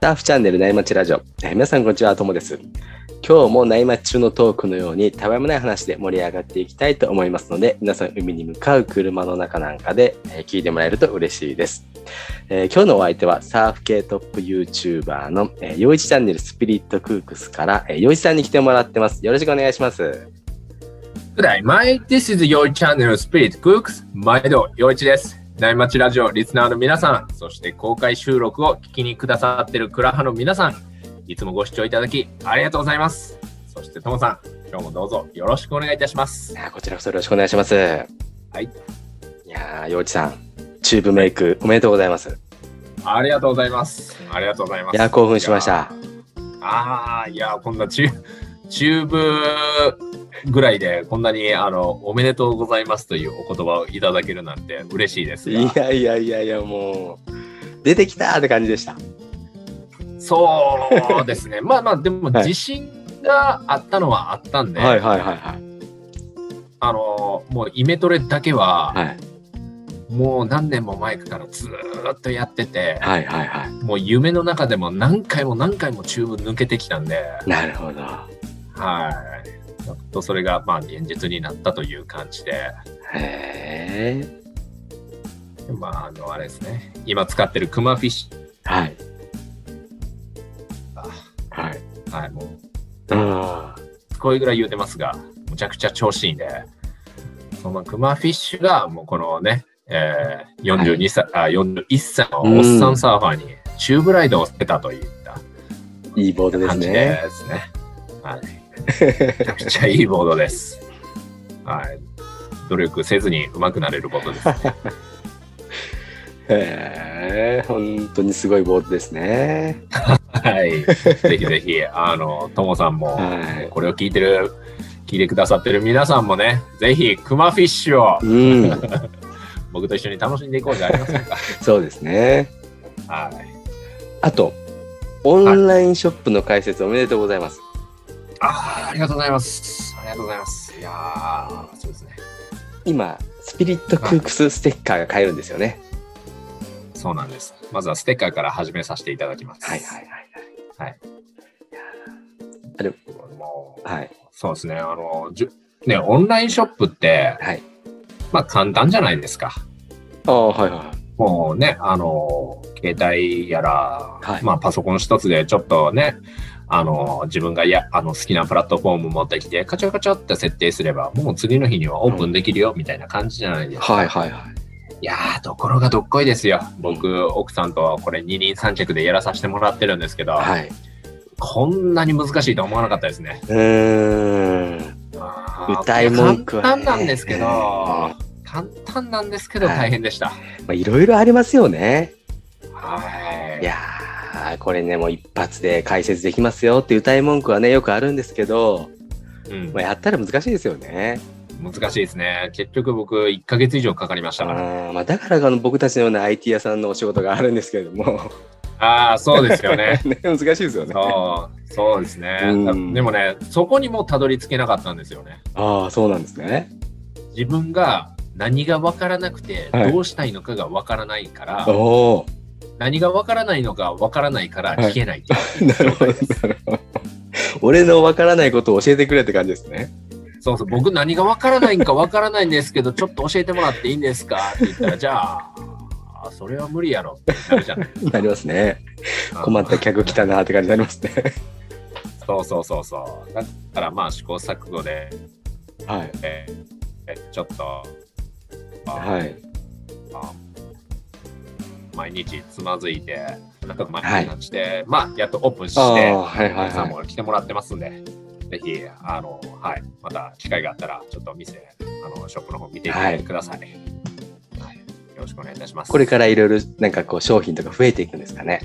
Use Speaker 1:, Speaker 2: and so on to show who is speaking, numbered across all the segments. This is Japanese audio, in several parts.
Speaker 1: ターフチャンネル内町ラジオ。えー皆さんこんにちは、ともです。今日も内町中のトークのように、たわいもない話で盛り上がっていきたいと思いますので、皆さん海に向かう車の中なんかで、えー聞いてもらえると嬉しいです。えー今日のお相手は、サーフ系トップ YouTuber の、えー、陽一チャンネルスピリットクークスから、えー、陽一さんに来てもらってます。よろしくお願いします。
Speaker 2: Good day, mate. This is your channel Spirit Cooks. 毎度、陽一です。内町ラジオリスナーの皆さん、そして公開収録を聞きにくださっているクラハの皆さん、いつもご視聴いただきありがとうございます。そしてともさん、今日もどうぞよろしくお願いいたします。
Speaker 1: あーこちらこそよろしくお願いします。
Speaker 2: はい。
Speaker 1: いやー、陽一さん、チューブメイクおめでとうございます。
Speaker 2: ありがとうございます。ありがとうございます。
Speaker 1: いやー、興奮しました。
Speaker 2: ああ、いやー、こんなチュチューブぐらいで、こんなにあのおめでとうございますというお言葉をいただけるなんて嬉しいですが。
Speaker 1: いやいやいやいや、もう、出てきたって感じでした。
Speaker 2: そうで すね。まあまあ、でも
Speaker 1: はい
Speaker 2: 自信があったのはあったんで、
Speaker 1: はいはいはいはい。
Speaker 2: あのーもうイメトレだけは、
Speaker 1: はい
Speaker 2: もう何年も前からずーっとやってて、
Speaker 1: はいはいは
Speaker 2: もう夢の中でも何回も何回もチューブ抜けてきたんで、
Speaker 1: い。なるほど。
Speaker 2: はい。やっとそれが、まあ、現実になったという感じで、
Speaker 1: へえ。
Speaker 2: まあ、あの、あれですね。今使ってるクマフィッシ
Speaker 1: はい。
Speaker 2: あ
Speaker 1: はい。
Speaker 2: ュ、はい、も
Speaker 1: うん。
Speaker 2: う、こういうぐらい言うてますが、むちゃくちゃ調子いいんで、そのクマフィッシュが、もうこのね、えー、42歳、あ、41歳のおっさんサーファーに、チューブライドを捨てたといった
Speaker 1: いいボードです
Speaker 2: 感じ
Speaker 1: ね。
Speaker 2: ですね。はい。めちゃくちゃいいボードです。はい。努力せずに上手くなれることです。
Speaker 1: へえ。本当にすごいボードですね。
Speaker 2: はい。ぜひぜひ、あの、ともさんも、
Speaker 1: は
Speaker 2: これを聞いてる、聞いてくださってる皆さんもね、ぜひ、クマフィッシュを
Speaker 1: い。 うん。
Speaker 2: 僕と一緒に楽しんでいこうじゃありませんか。
Speaker 1: そうですね。
Speaker 2: はい。
Speaker 1: あと、オンラインショップの開設おめでとうございます。
Speaker 2: あーありがとうございます。ありがとうございます。いやー、そうですね。
Speaker 1: 今、スピリットクークスステッカーが買えるんですよね。
Speaker 2: そうなんです。まずはステッカーから始めさせていただきます。
Speaker 1: はいはいはい。
Speaker 2: もう、
Speaker 1: はい。
Speaker 2: そうですね。あの、じゅね、オンラインショップって、
Speaker 1: はい。
Speaker 2: まあ簡単じゃないですか。
Speaker 1: ああ、はいはい。
Speaker 2: もうね、あの、携帯やら、
Speaker 1: はい
Speaker 2: まあパソコン一つでちょっとね、あの、自分がやあの好きなプラットフォーム持ってきて、カチャカチャって設定すれば、もう次の日にはオープンできるよ、みたいな感じじゃないですか。
Speaker 1: はいはいはい。
Speaker 2: いやー、ところがどっこいですよ。僕、奥さんとこれ二輪三脚でやらさせてもらってるんですけど、
Speaker 1: はい。
Speaker 2: こんなに難しいと思わなかったですね。
Speaker 1: うーん。
Speaker 2: あー
Speaker 1: 歌い文句は
Speaker 2: 簡
Speaker 1: ね
Speaker 2: 単なんですけど、
Speaker 1: うん
Speaker 2: 簡単なんですけど
Speaker 1: はい
Speaker 2: 大変でした。
Speaker 1: まあ、いろいろありますよね。
Speaker 2: はい。
Speaker 1: いやー、これね、もう一発で解説できますよって歌い文句はね、よくあるんですけど、
Speaker 2: うん
Speaker 1: まあ、やったら難しいですよね。
Speaker 2: 難しいですね。結局僕、1ヶ月以上かかりまし
Speaker 1: あ
Speaker 2: たから。
Speaker 1: ーまあ、だからあの僕たちのような IT 屋さんのお仕事があるんですけれども、
Speaker 2: ああ、そうですよね。
Speaker 1: ね難しいですよね。
Speaker 2: そう、そうですね。
Speaker 1: うん
Speaker 2: でもね、そこにもたどり着けなかったんですよね。
Speaker 1: ああ、そうなんですね。
Speaker 2: 自分が何が分からなくて、
Speaker 1: はい
Speaker 2: どうしたいのかが分からないから、
Speaker 1: おお
Speaker 2: 何が分からないのか分からないから
Speaker 1: はい
Speaker 2: 聞けないっていう
Speaker 1: ー、なるほど、なるほど。俺のわからないことを教えてくれって感じですね。
Speaker 2: そうそう、僕何が分からないんか分からないんですけど、ちょっと教えてもらっていいんですかって言ったら、じゃあ、あそれは無理やろってなるじゃないです
Speaker 1: なりますね。
Speaker 2: か。
Speaker 1: 困った客来たなって感じになりますね。
Speaker 2: そうそうそうそう。だからまあ試行錯誤で、
Speaker 1: はい。
Speaker 2: えーえーちょっと、あ
Speaker 1: はい。
Speaker 2: あ毎日つまずいて、なんか毎日なして、まあやっとオープンして、
Speaker 1: ああ、はいはい
Speaker 2: 皆さん
Speaker 1: は
Speaker 2: も来てもらってますんで、ぜひ、あの、はい、また機会があったら、ちょっと店、あの、ショップの方見てみてください。はいよろしくお願いいたしま
Speaker 1: い。
Speaker 2: す。
Speaker 1: これからいろいろなんかこう商品とか増えていくんですかね。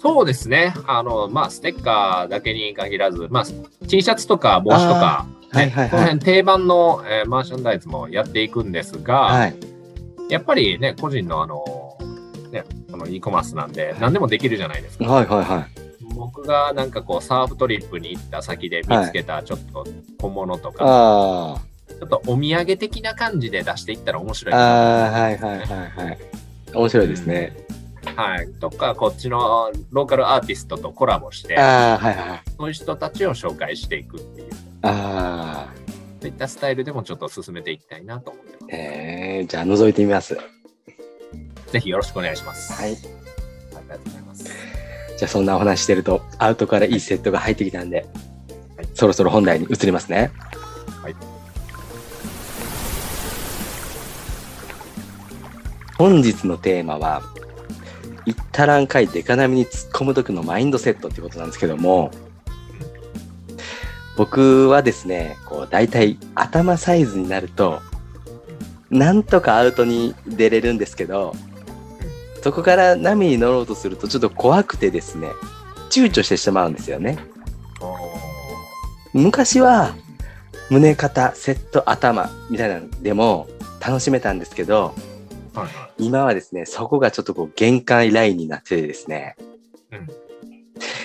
Speaker 2: そうですね。あの、まあ、ステッカーだけに限らず、まあ、T シャツとか帽子とか、
Speaker 1: は
Speaker 2: ね
Speaker 1: いはい
Speaker 2: こ
Speaker 1: は
Speaker 2: の
Speaker 1: い。
Speaker 2: 辺定番の、えーマーシャンダイズもやっていくんですが、
Speaker 1: はい。
Speaker 2: やっぱりね、個人のあの、ね、この e コマースなんで、何でもできるじゃないですか。
Speaker 1: はいはいは
Speaker 2: 僕がなんかこう、サーフトリップに行った先で見つけた、ちょっと小物と
Speaker 1: い。
Speaker 2: か、
Speaker 1: あ
Speaker 2: ちょっとお土産的な感じで出していったら面
Speaker 1: あ、
Speaker 2: 白いな。
Speaker 1: ああ、はいはいはいはい。面白いですね。
Speaker 2: はい、とか、こっちのローカルアーティストとコラボして、
Speaker 1: ああ、はいはいはい。
Speaker 2: そういう人たちを紹介していくっていう、
Speaker 1: あ
Speaker 2: そういったスタイルでもちょっと進めていきたいなと思ってま
Speaker 1: あ、えー、じゃあ覗いてみます。は
Speaker 2: す。ぜひよろしくお願いします。
Speaker 1: い。
Speaker 2: ありがとうございます。
Speaker 1: じゃあそんなお話してると、アウトからいいセットが入ってきたんで、
Speaker 2: はい
Speaker 1: そろそろ本題に移りますね。
Speaker 2: はい
Speaker 1: 本日のテーマは、いったらんかいデカ波に突っ込む時のマインドセットってことなんですけども、僕はですね、こう、大体頭サイズになると、なんとかアウトに出れるんですけど、そこから波に乗ろうとするとちょっと怖くてですね、躊躇してしまうんですよね。
Speaker 2: おー
Speaker 1: 昔は胸肩セット頭みたいなのでも楽しめたんですけど
Speaker 2: はいは
Speaker 1: 今はですねそこがちょっとこう限界ラインになっててですね
Speaker 2: い。うん。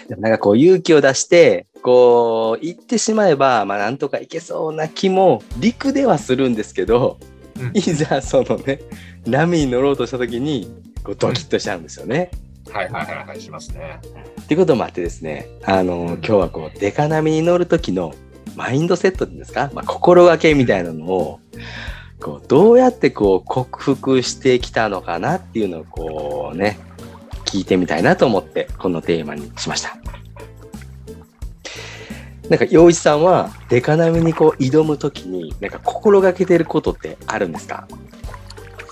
Speaker 1: でもなんかこう勇気を出してこう行ってしまえばまあなんとかいけそうな気も陸ではするんですけど、
Speaker 2: うん
Speaker 1: いざそのね波に乗ろうとした時にこうドキッとしちゃうんですよね。
Speaker 2: はいはいはいはい、しますね。
Speaker 1: っていうこともあってですねあの今日はこうデカ波に乗る時のマインドセットっていうんですか、まあ、心がけみたいなのをこうどうやってこう克服してきたのかなっていうのをこうね聞いてみたいなと思ってこのテーマにしました。なんか陽一さんはデカ波にこう挑む時になんか心がけてることってあるんですか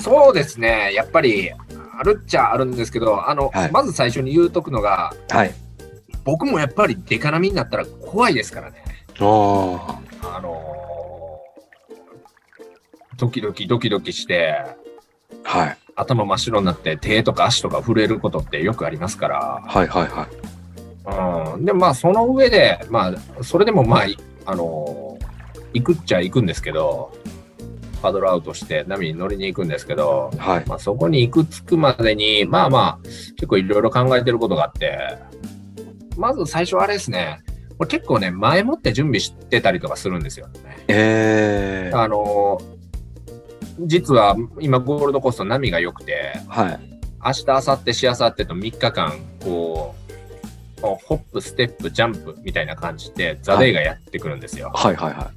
Speaker 2: そうですね、やっぱりあるっちゃあるんですけど、あの、
Speaker 1: はい
Speaker 2: まず最初に言うとくのが、
Speaker 1: はい。
Speaker 2: 僕もやっぱりデカ波になったら怖いですからね。
Speaker 1: おー
Speaker 2: あのードキドキドキドキして、
Speaker 1: はい
Speaker 2: 頭真っ白になって手とか足とか震えることってよくありますか
Speaker 1: はいはいはい。
Speaker 2: ら。うん。で、まあその上で、まあそれでもまあ、いあのー行くっちゃ行くんですけど、パドルアウトして波に乗りに行くんですけど、
Speaker 1: はい。
Speaker 2: まあ、そこに行くつくまでに、まあまあ、結構いろいろ考えてることがあって、まず最初あれですね、これ結構ね、前もって準備してたりとかするんですよね。
Speaker 1: えー。
Speaker 2: あのー実は今ゴールドコースト波が良くて、
Speaker 1: はい。
Speaker 2: 明日、明後日、しあさってと3日間、こう、ホップ、ステップ、ジャンプみたいな感じで、ザ・デイがやってくるんですよ。
Speaker 1: はいはいは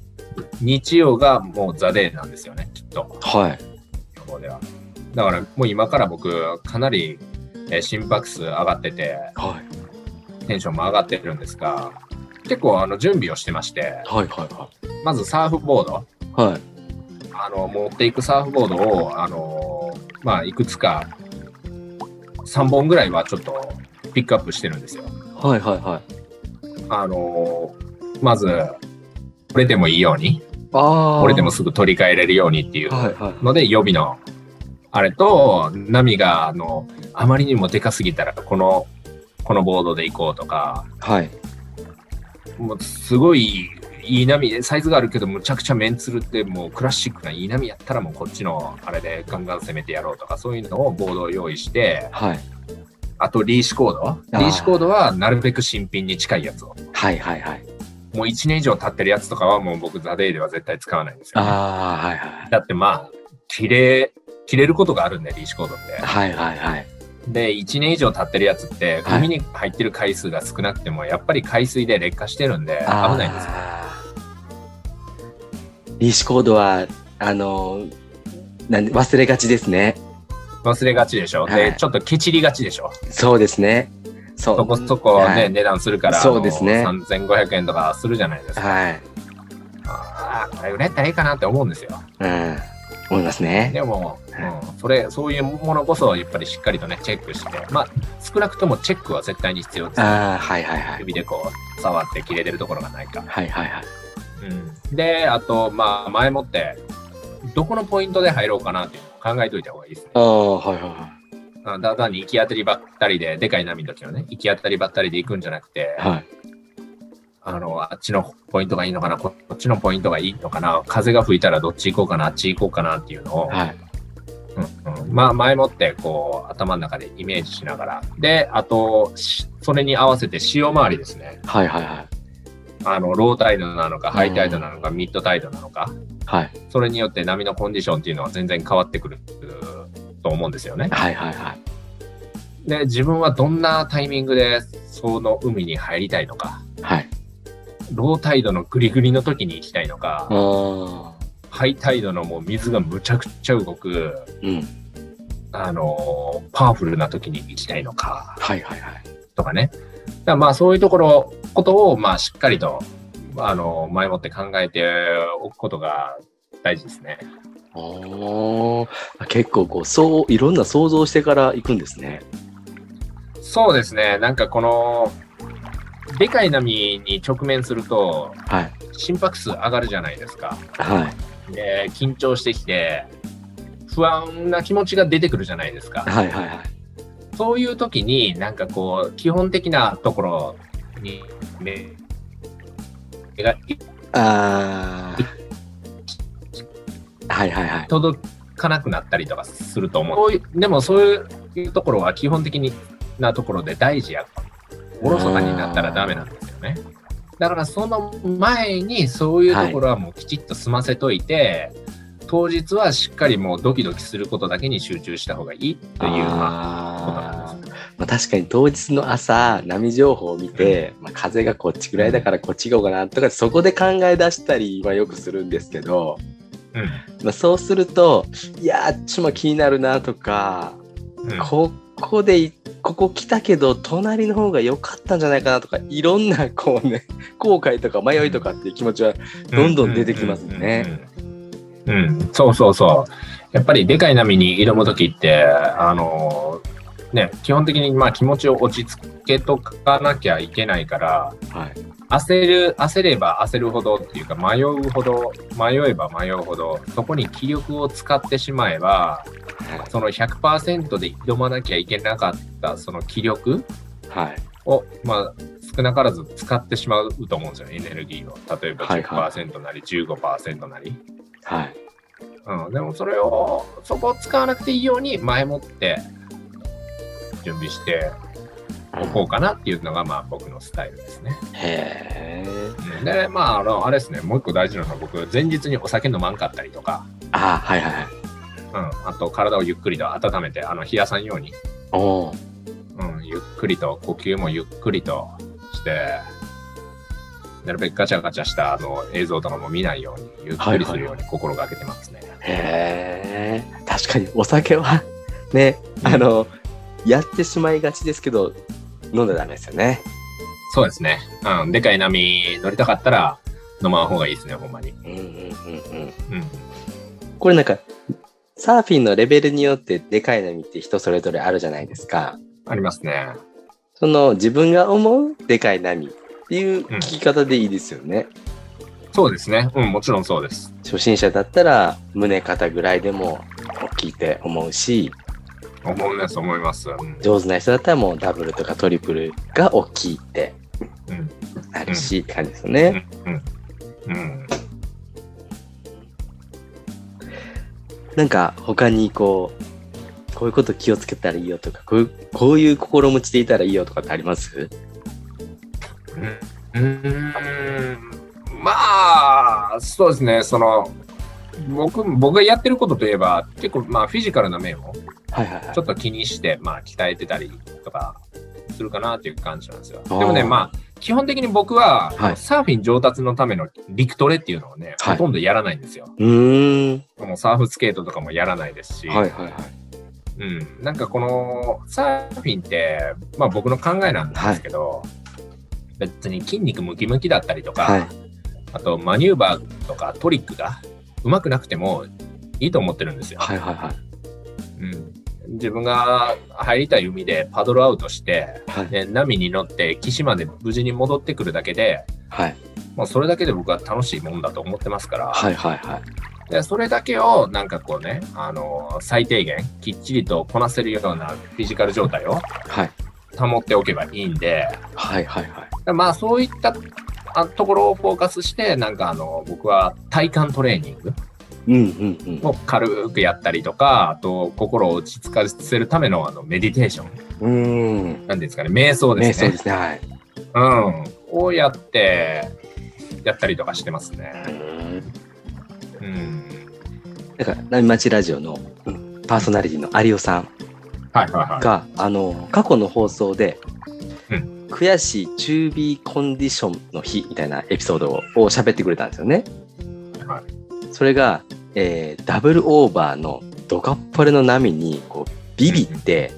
Speaker 1: い。
Speaker 2: 日曜がもうザ・デイなんですよね、きっと。
Speaker 1: はい。
Speaker 2: 予報では。だからもう今から僕、かなり、えー心拍数上がってて、
Speaker 1: はい。
Speaker 2: テンションも上がってるんですが、結構あの準備をしてまして、
Speaker 1: はいは
Speaker 2: まずサーフボード、
Speaker 1: いはい。はい。
Speaker 2: あの持っていくサーフボードを、あのーまあ、いくつか、3本ぐらいはちょっとピックアップしてるんですよ。
Speaker 1: はいはいはい。
Speaker 2: あのーまず、折れてもいいように、
Speaker 1: ああ。
Speaker 2: 折れてもすぐ取り替えれるようにっていう
Speaker 1: はいはい。
Speaker 2: ので予備のあれと波があのあまりにもでかすぎたらこのこのボードで行こうとか
Speaker 1: はい。
Speaker 2: もうすごいいい波サイズがあるけどむちゃくちゃメンツルってもうクラシックないい波やったらもうこっちのあれでガンガン攻めてやろうとかそういうのをボードを用意して
Speaker 1: はい。
Speaker 2: あとリーシュコード
Speaker 1: ー
Speaker 2: リーシュコードはなるべく新品に近いやつを
Speaker 1: はいはいはい。
Speaker 2: もう1年以上経ってるやつとかはもう僕ザ・デイでは絶対使わないんですよ、
Speaker 1: ああ、はいはい。
Speaker 2: だってまあ切れ切れることがあるんでリーシュコードって
Speaker 1: はいはいはい。
Speaker 2: で1年以上経ってるやつって
Speaker 1: はい
Speaker 2: 海に入ってる回数が少なくてもやっぱり海水で劣化してるんで危
Speaker 1: あー
Speaker 2: ないんですよ。
Speaker 1: リーシュコードは、あのー、なんで忘れがちですね。
Speaker 2: 忘れがちでしょ、
Speaker 1: は
Speaker 2: で
Speaker 1: い
Speaker 2: ちょっとケチりがちでしょ
Speaker 1: そうですね。そう。
Speaker 2: そこそこね、
Speaker 1: はい
Speaker 2: 値段するから
Speaker 1: そうですね
Speaker 2: あの3500円とかするじゃないですか、
Speaker 1: はい。
Speaker 2: ああこれ売れたらいいかなって思うんですよ
Speaker 1: うん。思いますね。
Speaker 2: でも、
Speaker 1: は
Speaker 2: うん、それそういうものこそやっぱりしっかりとねチェックしてまあ少なくともチェックは絶対に必要です
Speaker 1: ああ、はいはいはい。
Speaker 2: 指でこう触って切れてるところがないか
Speaker 1: はいはいはい。
Speaker 2: うん、で、あと、まあ、前もって、どこのポイントで入ろうかなっていうのを考えといた方がいいですね。
Speaker 1: ああ、はいはいは
Speaker 2: あだんだんに行き当たりばったりで、でかい波の時はね、行き当たりばったりで行くんじゃなくて、
Speaker 1: い。はい。
Speaker 2: あの、あっちのポイントがいいのかな、ここっちのポイントがいいのかな、風が吹いたらどっち行こうかな、あっち行こうかなっていうのを、
Speaker 1: はい。
Speaker 2: うんうんまあ、前もって、こう、頭の中でイメージしながら、で、あと、しそれに合わせて潮回りですね。
Speaker 1: はいはいはい。
Speaker 2: あの、ロータイドなのか、ハイタイドなのか、ミッドタイドなのか、
Speaker 1: はい。
Speaker 2: それによって波のコンディションっていうのは全然変わってくると思うんですよね。
Speaker 1: はいはいはい。
Speaker 2: で、自分はどんなタイミングでその海に入りたいのか、
Speaker 1: はい。
Speaker 2: ロータイドのグリグリの時に行きたいのか、
Speaker 1: あ
Speaker 2: ハイタイドのもう水がむちゃくちゃ動く、
Speaker 1: ーうん。
Speaker 2: あのーパワフルな時に行きたいのか、
Speaker 1: はいはいはい。
Speaker 2: とかね。だからまあそういうところ、ことを、まあしっかりと、あのー前もって考えておくことが大事ですね。
Speaker 1: あー結構こう、そう、いろんな想像してから行くんですね。
Speaker 2: そうですね。なんかこの、でかい波に直面すると、
Speaker 1: はい。
Speaker 2: 心拍数上がるじゃないですか。
Speaker 1: はい。
Speaker 2: で、緊張してきて、不安な気持ちが出てくるじゃないですか。
Speaker 1: はいはいはい。
Speaker 2: そういう時に、なんかこう、基本的なところに目目が
Speaker 1: ああ。はいはいはい。
Speaker 2: 届かなくなったりとかすると思う。そういうでもそういうところは基本的なところで大事や。おろそかになったらダメなんですよね。だからその前にそういうところはもうきちっと済ませといて、当日はしっかりもうドキドキすることだけに集中した方がいいっていうまあことなんで
Speaker 1: あ
Speaker 2: す
Speaker 1: ーまあ、確かに当日の朝波情報を見て、まあ、風がこっちぐらいだからこっち行こうかなとかそこで考え出したりはよくするんですけど、
Speaker 2: うん
Speaker 1: まあ、そうするといやーあっちも気になるなとか、
Speaker 2: うん
Speaker 1: ここでいここ来たけど隣の方が良かったんじゃないかなとかいろんなこうね 後悔とか迷いとかっていう気持ちはどんどん出てきますね。
Speaker 2: うん、うんそうそうそう。やっぱりでかい波に挑む時って、あのね、基本的にまあ気持ちを落ち着けとかなきゃいけないから、
Speaker 1: はい
Speaker 2: 焦る、焦れば焦るほどっていうか、迷うほど、迷えば迷うほど、そこに気力を使ってしまえば、その100%で挑まなきゃいけなかった、その気力
Speaker 1: はい
Speaker 2: を、まあ、少なからず使ってしまうと思うんですよね、エネルギーを。例えば
Speaker 1: はいはい
Speaker 2: 10%なり15%なり。
Speaker 1: はい
Speaker 2: うん、でもそれを、そこを使わなくていいように前もって準備しておこうかなっていうのが、まあ僕のスタイルですね。
Speaker 1: へえ
Speaker 2: うんで、まああの、あれですね、もう一個大事なのは僕、前日にお酒飲まんかったりとか、
Speaker 1: あーはいはいはい
Speaker 2: うん、あと体をゆっくりと温めて、あの、冷やさんように、
Speaker 1: おおー
Speaker 2: うん、ゆっくりと、呼吸もゆっくりとして、なるべくガチャガチャしたあの映像とかも見ないように、ゆっくりするように心がけてますね。
Speaker 1: へえ確かにお酒はね
Speaker 2: うん
Speaker 1: あの、やってしまいがちですけど飲んだらダメですよね
Speaker 2: そうですね。うん、でかい波乗りたかったら、飲まん方がいいですね、ほんまに。
Speaker 1: うんうんうんうん
Speaker 2: うん。
Speaker 1: これなんかサーフィンのレベルによってでかい波って人それぞれあるじゃないですか
Speaker 2: ありますね。
Speaker 1: その自分が思うでかい波っていう聞き方でいいですよね、
Speaker 2: そうですね。うん、もちろんそうです。
Speaker 1: 初心者だったら胸肩ぐらいでも聞いて思うし
Speaker 2: 思います、思います。うん。
Speaker 1: 上手な人だったらもうダブルとかトリプルが大きいって
Speaker 2: うん
Speaker 1: なるし、って感じですよね、
Speaker 2: うん。
Speaker 1: なんか他にこうこういうこと気をつけたらいいよとかこういうこういう心持ちでいたらいいよとかってあります
Speaker 2: うんうーん。まあ、そうですね。その、僕、僕がやってることといえば、結構、まあ、フィジカルな面を
Speaker 1: はいはいはい
Speaker 2: ちょっと気にして、まあ、鍛えてたりとかするかなっていう感じなんですよ。で
Speaker 1: あー
Speaker 2: もね、まあ、基本的に僕は、
Speaker 1: はい
Speaker 2: サーフィン上達のための陸トレっていうのをね、
Speaker 1: はい
Speaker 2: ほとんどやらないんですよ。
Speaker 1: うーん
Speaker 2: もうサーフスケートとかもやらないですし、
Speaker 1: はいはいはい
Speaker 2: うん、なんかこのサーフィンって、まあ、僕の考えなんですけど、別に筋肉ムキムキだったりとか、
Speaker 1: はい
Speaker 2: あとマニューバーとかトリックがうまくなくてもいいと思ってるんですよ。
Speaker 1: はいはいはい
Speaker 2: うん、自分が入りたい海でパドルアウトして、
Speaker 1: はい
Speaker 2: ね、波に乗って岸まで無事に戻ってくるだけで、
Speaker 1: はい
Speaker 2: まあ、それだけで僕は楽しいもんだと思ってますから、
Speaker 1: はいはいはい
Speaker 2: でそれだけをなんかこうね、あの最低限きっちりとこなせるようなフィジカル状態を
Speaker 1: はい
Speaker 2: 保っておけばいいんで、
Speaker 1: はいはいはい
Speaker 2: でまあそういったあところをフォーカスして、なんかあの僕は体幹トレーニング
Speaker 1: うんうんうん
Speaker 2: を軽くやったりとか、あと心を落ち着かせるためのあのメディテーション、
Speaker 1: うーん
Speaker 2: なんていうんですかね、瞑想
Speaker 1: ね
Speaker 2: です
Speaker 1: そう
Speaker 2: ね。
Speaker 1: ですねはい
Speaker 2: うん。をやって、やったりとかしてますね。うん。
Speaker 1: だから波町ラジオのうんパーソナリティの有オさん
Speaker 2: はいはいは
Speaker 1: が、あの、過去の放送で、
Speaker 2: う
Speaker 1: 悔しい中火コンディションの日みたいなエピソードをを喋ってくれたんですよね。
Speaker 2: い。はい、
Speaker 1: それが、えーダブルオーバーのドカッパレの波にこうビビって、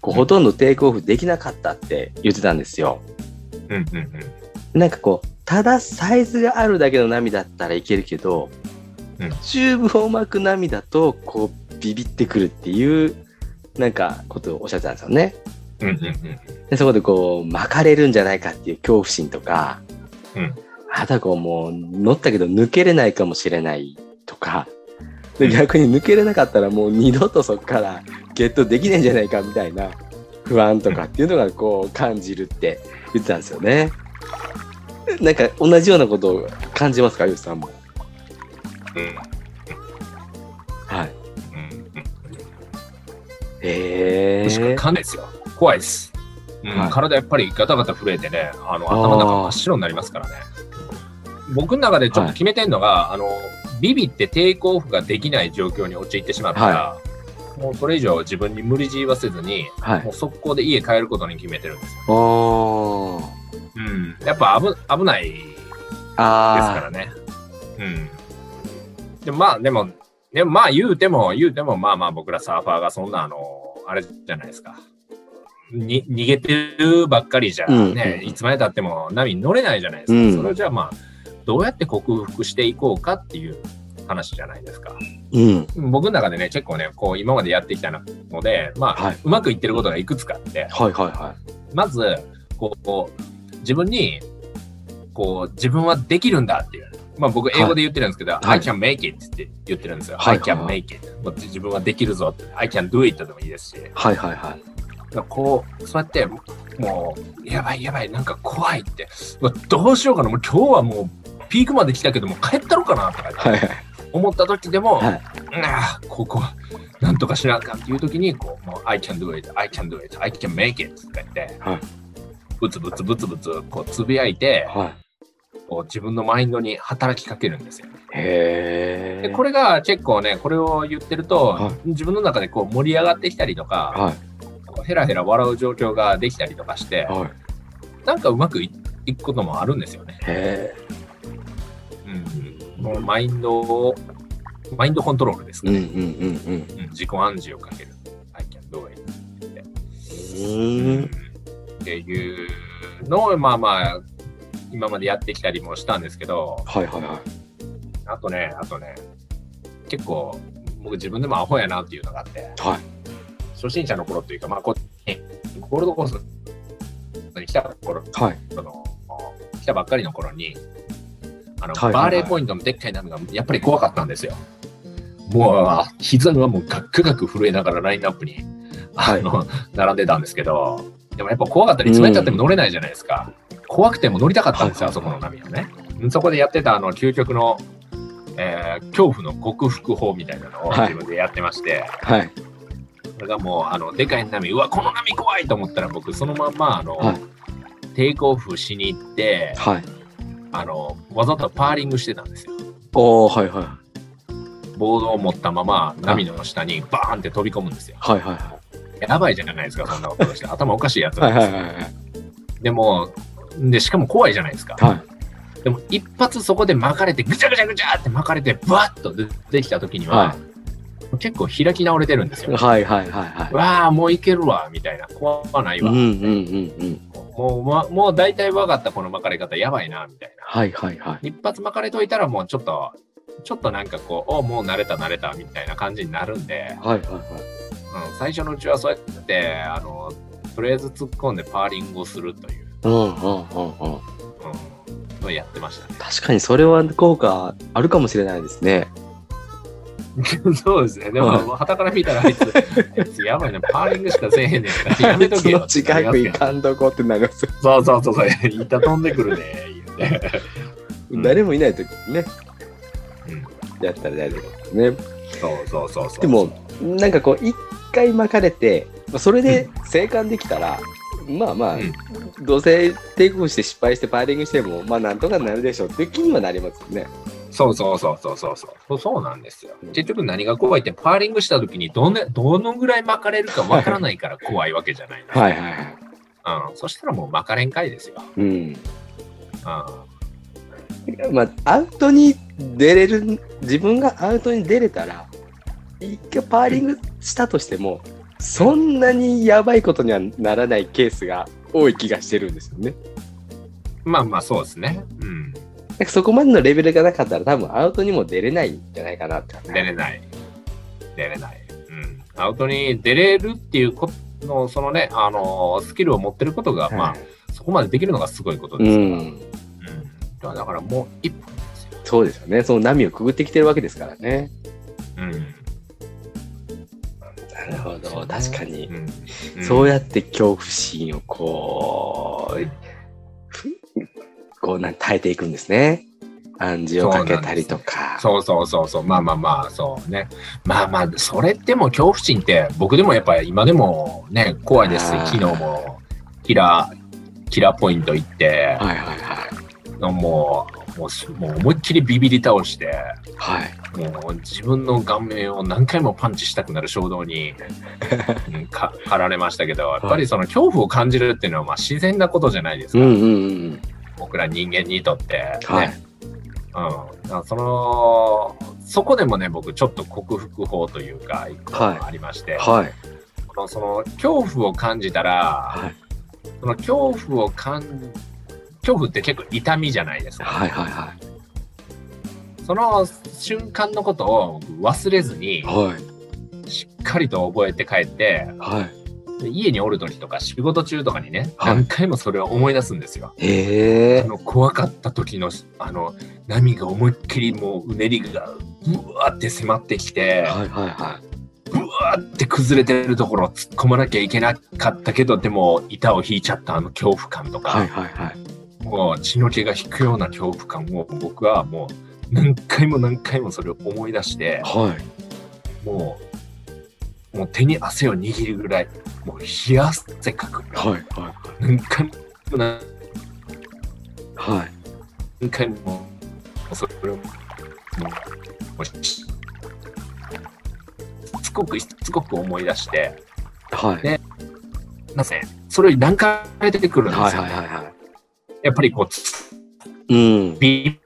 Speaker 1: こうほとんどテイクオフできなかったって言ってたんですよ。
Speaker 2: うんうんうん。
Speaker 1: なんかこう、ただサイズがあるだけの波だったらいけるけど、
Speaker 2: うん
Speaker 1: チューブを巻く波だと、こう、ビビってくるっていう、なんか、ことをおっしゃってたんですよね。
Speaker 2: うんうんうん。
Speaker 1: で、そこでこう、巻かれるんじゃないかっていう恐怖心とか、
Speaker 2: うん
Speaker 1: あとはこう、もう、乗ったけど抜けれないかもしれないとか、で
Speaker 2: うん
Speaker 1: 逆に抜けれなかったらもう二度とそこからゲットできないんじゃないかみたいな不安とかっていうのがこう感じるって言ってたんですよね。なんか同じようなことを感じますか、ゆうさんも。
Speaker 2: うん
Speaker 1: はい。
Speaker 2: うんうん
Speaker 1: へ
Speaker 2: 確かに
Speaker 1: え。
Speaker 2: 勘ですよ。怖いです。うん
Speaker 1: はい
Speaker 2: 体やっぱりガタガタ震えてね、あの
Speaker 1: あー
Speaker 2: 頭の中真っ白になりますからね。僕の中でちょっと決めてんのが、あのビビってテイクオフができない状況に陥ってしまったら、もうそれ以上自分に無理強いはせずに、
Speaker 1: はい
Speaker 2: も。う速攻で家帰ることに決めてるんですよ。
Speaker 1: おー。
Speaker 2: うん、やっぱ危危ないですか
Speaker 1: あ
Speaker 2: らね。うん。でもまあ、でも、でもまあ言うても、言うても、まあまあ僕らサーファーがそんなあの、あれじゃないですか。に逃げてるばっかりじゃ
Speaker 1: うん
Speaker 2: ね、
Speaker 1: うん
Speaker 2: いつまでたっても波に乗れないじゃないですか。
Speaker 1: うん
Speaker 2: それをじゃあまあ、どうやって克服していこうかっていう話じゃないですか。
Speaker 1: ー。うん。
Speaker 2: 僕の中でね、結構ね、こう今までやってきたので、まあ、
Speaker 1: はいう
Speaker 2: まくいってることがいくつかあって、
Speaker 1: はいはいは
Speaker 2: まずこうこう自分にこう自分はできるんだっていう、まあ、僕英語で言ってるんですけど、
Speaker 1: はい
Speaker 2: I can make it って言ってるんですよ、
Speaker 1: はいはい
Speaker 2: I can make it もう自分はできるぞって I can do it でもいいですし
Speaker 1: い。はいはいはい。
Speaker 2: こうそうやってもうやばいやばいなんか怖いってうわどうしようかなもう今日はもうピークまで来たけどもう帰ったろかなとか
Speaker 1: はいはい。
Speaker 2: 思った時でも、
Speaker 1: はい
Speaker 2: うんあーここはなんとかしなあかんっていう時にこうもう I can do it I can do it I can make it とか言って、
Speaker 1: はい
Speaker 2: ブツブツブツブツこうつぶやいて
Speaker 1: はい。
Speaker 2: こう自分のマインドに働きかけるんですよ
Speaker 1: へえ。
Speaker 2: でこれが結構ねこれを言ってると、
Speaker 1: は
Speaker 2: 自分の中でこう盛り上がってきたりとか
Speaker 1: はい
Speaker 2: こうヘラヘラ笑う状況ができたりとかして
Speaker 1: はい。
Speaker 2: なんかうまくいいくこともあるんですよね、
Speaker 1: へ
Speaker 2: うん、もうマインドをマインドコントロールです
Speaker 1: え。
Speaker 2: か
Speaker 1: うんう
Speaker 2: ね、
Speaker 1: んうんうん。
Speaker 2: うん自己暗示をかける I can do it
Speaker 1: うん。
Speaker 2: っていうのをまあまあ今までやってきたりもしたんですけど
Speaker 1: はいはいはい。
Speaker 2: あとねあとね結構僕自分でもアホやなっていうのがあって
Speaker 1: はい。
Speaker 2: 初心者の頃というかまあこねゴールドコースに来た頃
Speaker 1: はい。
Speaker 2: その来たばっかりの頃にあの、
Speaker 1: はいはいはい
Speaker 2: バーレーポイントのでっかい波がやっぱり怖かったんですよもう膝がもうガックガク震えながらラインナップにあの、並んでたんですけどでもやっぱ怖かったり冷えちゃっても乗れないじゃないですか、怖くても乗りたかったんですよ、
Speaker 1: はい
Speaker 2: あそこの波をねそこでやってたあの究極の、えー恐怖の克服法みたいなのを
Speaker 1: はい
Speaker 2: 自分でやってまして、
Speaker 1: はい。
Speaker 2: それがもうあのでかい波うわこの波怖いと思ったら僕そのまんまあの、
Speaker 1: はい
Speaker 2: テイクオフしに行って
Speaker 1: はい。
Speaker 2: あのわざとパーリングしてたんですよ
Speaker 1: おー、はいはい。
Speaker 2: ボードを持ったまま波の下にバーンって飛び込むんですよ
Speaker 1: はいは
Speaker 2: やばいじゃないですかそんなことして頭おかしいやつ
Speaker 1: いはい。はい
Speaker 2: なんで
Speaker 1: はいは
Speaker 2: すよ
Speaker 1: いはい。
Speaker 2: でもでしかも怖いじゃないですか
Speaker 1: はい。
Speaker 2: でも一発そこで巻かれてぐちゃぐちゃぐちゃって巻かれてバッと出てきた時には、
Speaker 1: は
Speaker 2: 結構開き直れてるんですよ、
Speaker 1: はいはいはいは
Speaker 2: わあもういけるわみたいな怖ない
Speaker 1: い。うん
Speaker 2: わ、
Speaker 1: うんうんうん。
Speaker 2: もう、ま、もう大体分かった、この巻かれ方、やばいな、みたいな。
Speaker 1: はいはいはい。
Speaker 2: 一発巻かれといたら、もうちょっと、ちょっとなんかこう、おもう慣れた慣れた、みたいな感じになるんで、
Speaker 1: はいはいはい。
Speaker 2: うん、最初のうちはそうやって、あの、とりあえず突っ込んでパーリングをするという、
Speaker 1: うんうんうんうん。
Speaker 2: うん、のをやってましたね。
Speaker 1: 確かにそれは効果あるかもしれないですね。
Speaker 2: そうですね。でも、
Speaker 1: はい
Speaker 2: はたから見たら、あ いつ、あいつやばいな、パーリングしかせえへんねんから、やめ とけよ。
Speaker 1: その近く行かんとこってなります。
Speaker 2: そうそうそうそう、板飛んでくるね、言って。 うん
Speaker 1: 誰もいない時にね
Speaker 2: うん。
Speaker 1: やったら大丈夫ですね。
Speaker 2: そうそうそうそう。
Speaker 1: でも、なんかこう一回巻かれてまあそれで生還できたら、まあまあ、どうせテイクオフして失敗してパーリングしてもまあなんとかなるでしょうっていう気にはなりますよね。
Speaker 2: そうそうそうそうそうそうそうそうなんですよ。結局何が怖いってパーリングした時にどんなどのぐらい巻かれるかわからないから怖いわけじゃないな。
Speaker 1: はいはいはい。
Speaker 2: うん、そしたらもう巻かれんかいですよ。
Speaker 1: うん。
Speaker 2: う
Speaker 1: まあ、アウトに出れる、自分がアウトに出れたら、一回パーリングしたとしても、そんなにやばいことにはならないケースが多い気がしてるんですよね。
Speaker 2: ん、まあまあそうですね。うん、
Speaker 1: なんかそこまでのレベルがなかったら、多分アウトにも出れないんじゃないかなって。
Speaker 2: 出れない。出れない。うん、アウトに出れるっていうことの、そのね、あのスキルを持ってることが、
Speaker 1: はい
Speaker 2: まあ、そこまでできるのがすごいこと
Speaker 1: う
Speaker 2: ですから。うん
Speaker 1: ん。
Speaker 2: だだからもう一歩ですよ。
Speaker 1: そうですよね。その波をくぐってきてるわけですからね。
Speaker 2: うん
Speaker 1: なるほど。確かに
Speaker 2: う。んうん
Speaker 1: そうやって恐怖心をこう、ふこうなん耐えていくんですね。暗示をかけたりとか。
Speaker 2: そうそうそうそうまあまあまあそうねまあまあそれでも恐怖心って僕でもやっぱり今でもね怖いですし
Speaker 1: あー
Speaker 2: 昨日もキラーキラーポイント行って
Speaker 1: はいはいはい。
Speaker 2: もうもうすもう思いっきりビビり倒して
Speaker 1: はい。
Speaker 2: もう自分の顔面を何回もパンチしたくなる衝 動にうんか駆られましたけどやっぱりその恐怖を感じるっていうのはまあ自然なことじゃないですか、
Speaker 1: うんうんうん。
Speaker 2: 僕ら人間にとって、ね
Speaker 1: はい。
Speaker 2: うん、だからそのそこでもね僕ちょっと克服法というか一個
Speaker 1: はい
Speaker 2: ありまして、
Speaker 1: はい。
Speaker 2: このその恐怖を感じたら、
Speaker 1: はい。
Speaker 2: その恐怖を感恐怖って結構痛みじゃないですか、
Speaker 1: はいはいは
Speaker 2: その瞬間のことを僕忘れずに
Speaker 1: い。はい。
Speaker 2: しっかりと覚えて帰って
Speaker 1: はい。
Speaker 2: で家におる時とか仕事中とかにね、
Speaker 1: はい
Speaker 2: 何回もそれを思い出すんですよ。
Speaker 1: へえ。
Speaker 2: あの怖かった時のあの波が思いっきりもううねりがぶわーって迫ってきて、
Speaker 1: はいはいは
Speaker 2: ぶわーって崩れてるところを突っ込まなきゃいけなかったけどでも板を引いちゃったあの恐怖感とか、
Speaker 1: い。はいはいはい。
Speaker 2: もう血の気が引くような恐怖感を僕はもう何回も何回もそれを思い出して
Speaker 1: はい。
Speaker 2: もうもう手に汗を握るぐらいもう冷や汗かく
Speaker 1: はいはい
Speaker 2: 何回も何
Speaker 1: はい。はい。
Speaker 2: 回ももうそれをもうしつこくしつこく思い出して
Speaker 1: はい。
Speaker 2: ねなぜそれを何回出てくるんで
Speaker 1: はい
Speaker 2: すよ、
Speaker 1: はい
Speaker 2: ね
Speaker 1: はいは
Speaker 2: やっぱりこうつ
Speaker 1: い。うん。
Speaker 2: ビ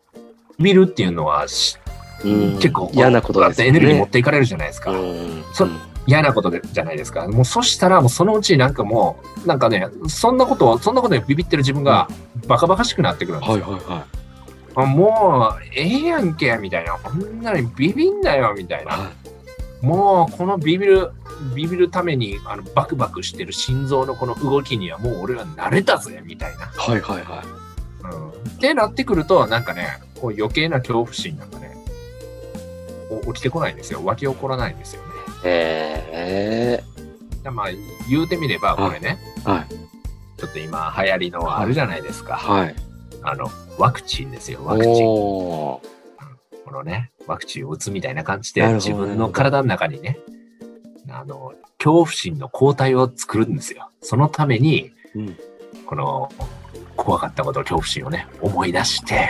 Speaker 2: ビるっていうのはし
Speaker 1: うん
Speaker 2: 結構
Speaker 1: 嫌なことです
Speaker 2: だ
Speaker 1: よ
Speaker 2: って
Speaker 1: ね。
Speaker 2: エネルギー持っていかれるじゃないですか、
Speaker 1: うん。
Speaker 2: そ嫌なことでじゃないですかもうそしたらもうそのうちなんかもうなんかねそんなことをそんなことにビビってる自分がバカバカしくなってくるんです
Speaker 1: はいはい
Speaker 2: よ、
Speaker 1: は
Speaker 2: あもうええやんけみたいなこんなにビビんなよみたい
Speaker 1: い。
Speaker 2: な
Speaker 1: は
Speaker 2: もうこのビビるビビるためにあのバクバクしてる心臓のこの動きにはもう俺は慣れたぜみたいな、
Speaker 1: いはいはい。
Speaker 2: うん、ってなってくるとなんかねこう余計な恐怖心なんかねお起きてこないんですよ湧き起こらないんですよね
Speaker 1: へ
Speaker 2: でまあ言うてみればこれね、
Speaker 1: え。はい。
Speaker 2: ちょっと今流行りのはあるじゃないですか。
Speaker 1: はい。
Speaker 2: あの、ワクチンですよ、ワクチン。
Speaker 1: おー
Speaker 2: このね、ワクチンを打つみたいな感じで
Speaker 1: な、るほど
Speaker 2: 自分の体の中にね、あの、恐怖心の抗体を作るんですよ。そのために、
Speaker 1: うん。
Speaker 2: この、怖かったこと、恐怖心をね、思い出して、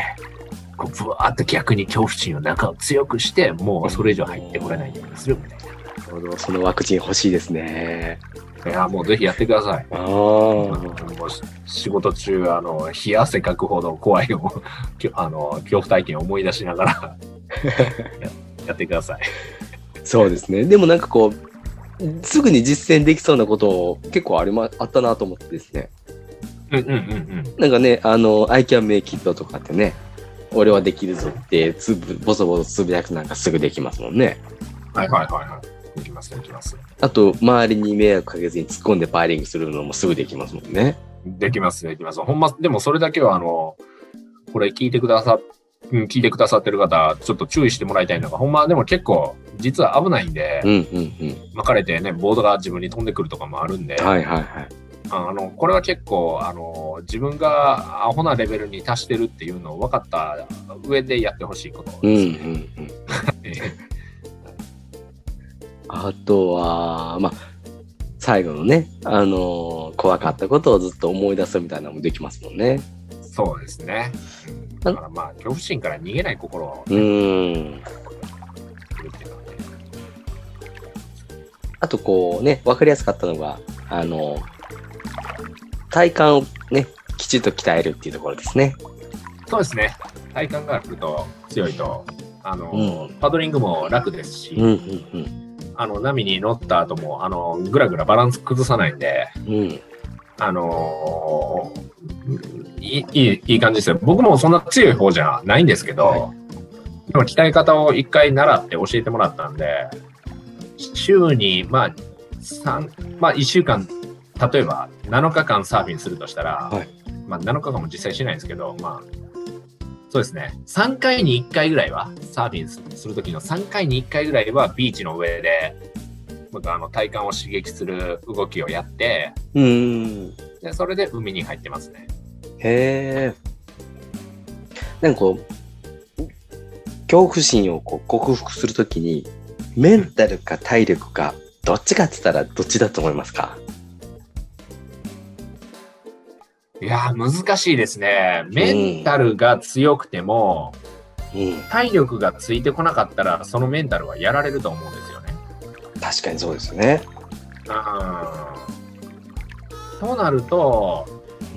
Speaker 2: こう、ぶわーっと逆に恐怖心の中を強くして、もうそれ以上入ってこれないようにするみたいな。
Speaker 1: なるほど。そのワクチン欲しいですね。
Speaker 2: いや、もうぜひやってください。
Speaker 1: ああ。
Speaker 2: もうし仕事中、あの、冷や汗かくほど怖いを、 きょあの、恐怖体験を思い出しなが らや、やってください。
Speaker 1: そうですね。でもなんかこう、すぐに実践できそうなこと結構ありま、あったなと思ってですね。
Speaker 2: うんうんうん
Speaker 1: なんかね、あの、I can make it とかってね、俺はできるぞって、つぶ、ボソボソつぶやくなんかすぐできますもんね。
Speaker 2: うん。はいはいはいはい。できますできます。
Speaker 1: あと、周りに迷惑かけずに突っ込んでパーリングするのもすぐできますもんね。
Speaker 2: できますできます。ほんま、でもそれだけは、あの、これ聞いてくださ、うん聞いてくださってる方、ちょっと注意してもらいたいのが、ほんま、でも結構、実は危ないんで
Speaker 1: う、んうんうん。
Speaker 2: 巻かれてね、ボードが自分に飛んでくるとかもあるんで、
Speaker 1: はいはいはい。
Speaker 2: あのこれは結構あの自分がアホなレベルに達してるっていうのを分かった上でやってほしいこと
Speaker 1: うんう
Speaker 2: ですね。
Speaker 1: んうん。あとは、まあ、最後のね、あのー怖かったことをずっと思い出すみたいなのもできますもんね。
Speaker 2: そうですね。うんだからまあ、恐怖心から逃げない心を
Speaker 1: うーん。
Speaker 2: 作るっていうかね。
Speaker 1: あとこうね、わかりやすかったのが、あの、体幹をね、きちっと鍛えるっていうところですね。
Speaker 2: そうですね。体幹があると強いと、あの、
Speaker 1: う
Speaker 2: パドリングも楽ですし、
Speaker 1: うんうん
Speaker 2: あの、波に乗った後も、あの、ぐらぐらバランス崩さないんで、
Speaker 1: うん。うん。
Speaker 2: あのーいいいいい感じですよ。僕もそんな強い方じゃないんですけど、
Speaker 1: は
Speaker 2: でも鍛え方を一回習って教えてもらったんで、週に、まあ、三まあ、1週間、例えば7日間サーフィンするとしたら、
Speaker 1: はい
Speaker 2: まあ、7日間も実際しないんですけど、まあ、そうですね、3回に1回ぐらいは、サーフィンすするときの3回に1回ぐらいはビーチの上で、僕あの体幹を刺激する動きをやって、
Speaker 1: うーん。
Speaker 2: でそれで海に入ってますね。
Speaker 1: へえ。なんかこう、恐怖心をこう克服するときに、メンタルか体力か、どっちかって言ったらどっちだと思いますか
Speaker 2: いやー難しいですね。メンタルが強くても、
Speaker 1: うん。
Speaker 2: 体力がついてこなかったら、そのメンタルはやられると思うんですよね。
Speaker 1: 確かにそうですよね。
Speaker 2: うん。となると、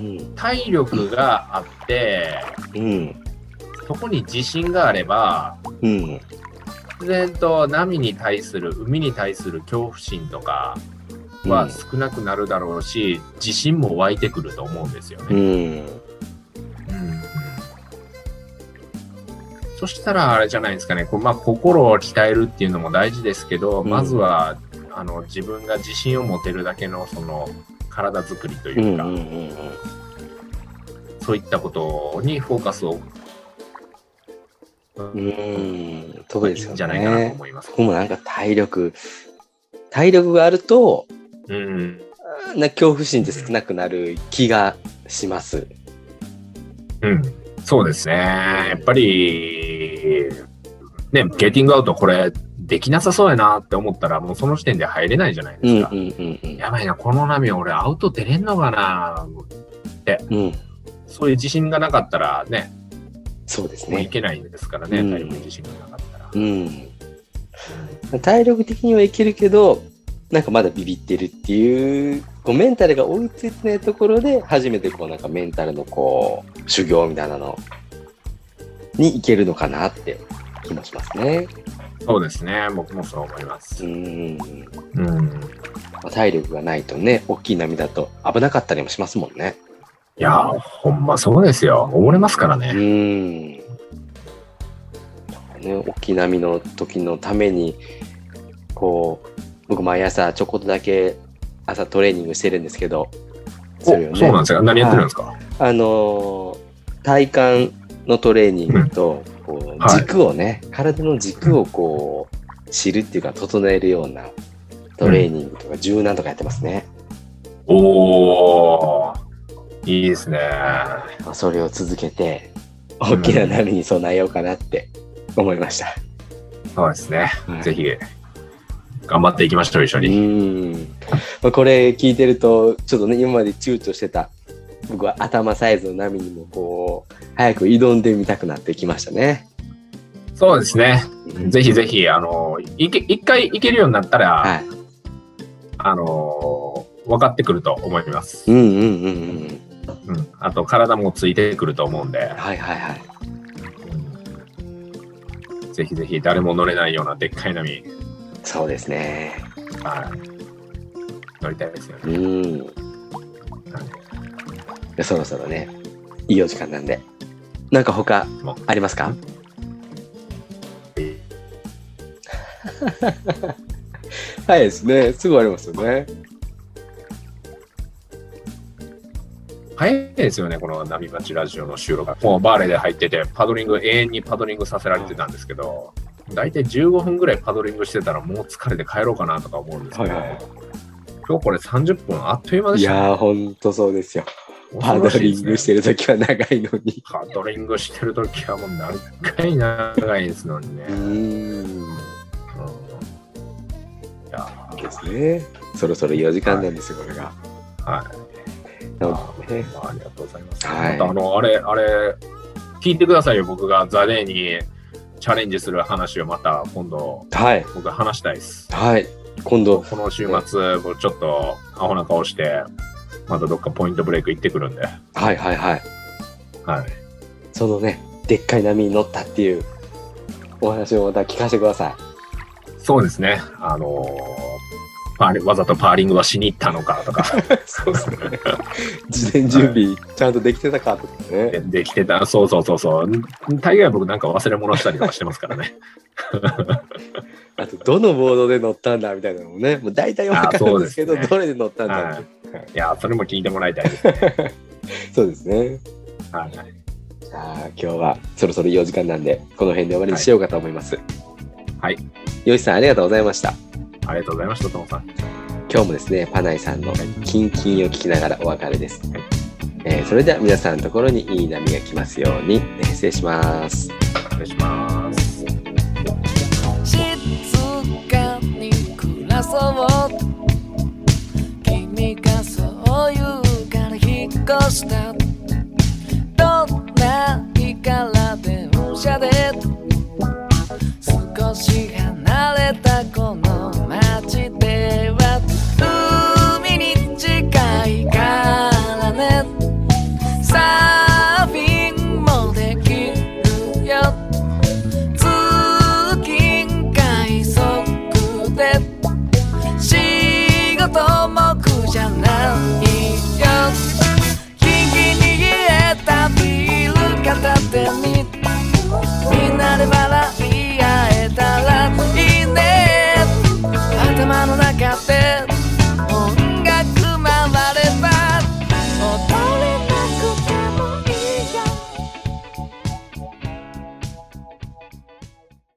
Speaker 1: うん。
Speaker 2: 体力があって、
Speaker 1: うん。
Speaker 2: そこに自信があれば、
Speaker 1: うん。
Speaker 2: 自然と波に対する、海に対する恐怖心とかは少なくなるだろうし、自信も湧いてくると思うんですよね。
Speaker 1: うん。
Speaker 2: そしたらあれじゃないですかね、こうまあ、心を鍛えるっていうのも大事ですけど、
Speaker 1: うん
Speaker 2: まずはあの自分が自信を持てるだけのその体作りと
Speaker 1: うん。う。
Speaker 2: いうんか、
Speaker 1: うん。
Speaker 2: そういったことにフォーカスを、
Speaker 1: う
Speaker 2: い
Speaker 1: ん。うん。そうです
Speaker 2: い
Speaker 1: よ
Speaker 2: ん
Speaker 1: ね。
Speaker 2: じゃないかなと思います。
Speaker 1: 僕もなんか体力、体力があると、
Speaker 2: うん
Speaker 1: な恐怖心って少なくなる気がします。
Speaker 2: うん、そうですね、やっぱり、ね、ゲーティングアウト、これ、できなさそうやなって思ったら、もうその時点で入れないじゃないで
Speaker 1: うんう
Speaker 2: す
Speaker 1: ん
Speaker 2: か。
Speaker 1: うんうん。
Speaker 2: やばいな、この波俺アウト出れんのかな
Speaker 1: うん。
Speaker 2: そういう自信がなかったらね、
Speaker 1: そうです
Speaker 2: もう
Speaker 1: ね
Speaker 2: い。けないですからね、
Speaker 1: うん
Speaker 2: 体力に自信がなかったら。
Speaker 1: うん、体力的にはいけるけどなんかまだビビってるっていうこうメンタルが追いついてないところで初めてこうなんかメンタルのこう修行みたいなのにいけるのかなって気もしますね。
Speaker 2: そうですね、僕もそう思いま
Speaker 1: う
Speaker 2: す。
Speaker 1: ん
Speaker 2: うん、
Speaker 1: まあ体力がないとね大きい波だと危なかったりもしますもんね。
Speaker 2: いやー、ほんまそうですよ。溺れますから
Speaker 1: う
Speaker 2: ね。
Speaker 1: んね大きい波の時のためにこう僕毎朝ちょこっとだけ朝トレーニングしてるんですけど
Speaker 2: お
Speaker 1: るよ
Speaker 2: そうなんですか。何やってるんですか、
Speaker 1: あのー体幹のトレーニングと、こう
Speaker 2: はい
Speaker 1: 軸をね、体の軸をこう知るっていうか整えるようなトレーニングとか柔軟とかやってますね、
Speaker 2: おー、いいですね。
Speaker 1: まあそれを続けて大きな波に備えようかなって思いました、
Speaker 2: そうですね。
Speaker 1: はい
Speaker 2: ぜひ、頑張っていきましょう、一緒
Speaker 1: う
Speaker 2: に。
Speaker 1: んまあこれ聞いてるとちょっとね今まで躊躇してた僕は頭サイズの波にもこう早く挑んでみたくなってきましたね。
Speaker 2: そうですね。ぜひぜひ、あの、いけ一回行けるようになったら、
Speaker 1: はい、
Speaker 2: あのー分かってくると思います、
Speaker 1: うんうんうんうん。
Speaker 2: うん。あと体もついてくると思うんで、
Speaker 1: はいはいはい。
Speaker 2: うんぜひぜひ誰も乗れないようなでっかい波、
Speaker 1: そうですね。
Speaker 2: はい、乗りたいですよね。
Speaker 1: うん。でそろそろね、いいお時間なんで。なんか他
Speaker 2: も
Speaker 1: あります かはいですね。すぐ終わりますよね。
Speaker 2: 早いですよね、この波町ラジオの収録が。もうバーレーで入ってて、パドリング、永遠にパドリングさせられてたんですけど、大体15分ぐらいパドリングしてたら、もう疲れて帰ろうかなとか思うんですけど、
Speaker 1: はいはい
Speaker 2: 今日これ30分あっという間で
Speaker 1: い
Speaker 2: したね。
Speaker 1: やー、ほんとそうですよ。パ
Speaker 2: 恐
Speaker 1: ド
Speaker 2: ろしいで
Speaker 1: リ
Speaker 2: す
Speaker 1: ン
Speaker 2: ね
Speaker 1: グしてるときは長いのに。
Speaker 2: パドリングしてるときはもう何回長いですのにね。
Speaker 1: う
Speaker 2: うん
Speaker 1: ん。
Speaker 2: いやー
Speaker 1: ですね。そろそろ4時間なんですよ、これが。
Speaker 2: はい。
Speaker 1: なのでね
Speaker 2: あありがとうございます。
Speaker 1: はい
Speaker 2: またあの、あれ、あれ、聞いてくださいよ、僕がザ・レイにチャレンジする話をまた今度、
Speaker 1: はい。
Speaker 2: 僕話したいです。
Speaker 1: はい。今度、
Speaker 2: この週末、僕ちょっとアホな顔して、またどっかポイントブレイク行ってくるんで、
Speaker 1: はいはいはい。
Speaker 2: はい。
Speaker 1: そのね、でっかい波に乗ったっていうお話をまた聞かせてくだ さ
Speaker 2: そうですね。あのーパーリわざとパーリングはしに行ったのかとか、
Speaker 1: い。そうですね。事前準備、ちゃんとできてたかとかね。
Speaker 2: できてた。そうそうそうそう。大概僕なんか忘れ物したりとかしてますからね。
Speaker 1: あと、どのボードで乗ったんだみたいなのもね、もう大体わかるんですけど、
Speaker 2: あそうです
Speaker 1: どれで乗ったんだ
Speaker 2: は
Speaker 1: って
Speaker 2: い。いや、それも聞いてもらいたいですね。
Speaker 1: そうですね。
Speaker 2: はい。
Speaker 1: じゃあ、今日はそろそろ4時間なんで、この辺で終わりにしようかと思います。
Speaker 2: はい。
Speaker 1: よしさん、ありがとうございました。
Speaker 2: ありがとうございました、ともさん。
Speaker 1: 今日もですね、パナイさんのキンキンを聞きながらお別れです。えーそれでは皆さんのところにいい波が来ますように、えー失礼します。
Speaker 2: お願いします。
Speaker 3: 静かに暮らそう君がそう言うから引っ越した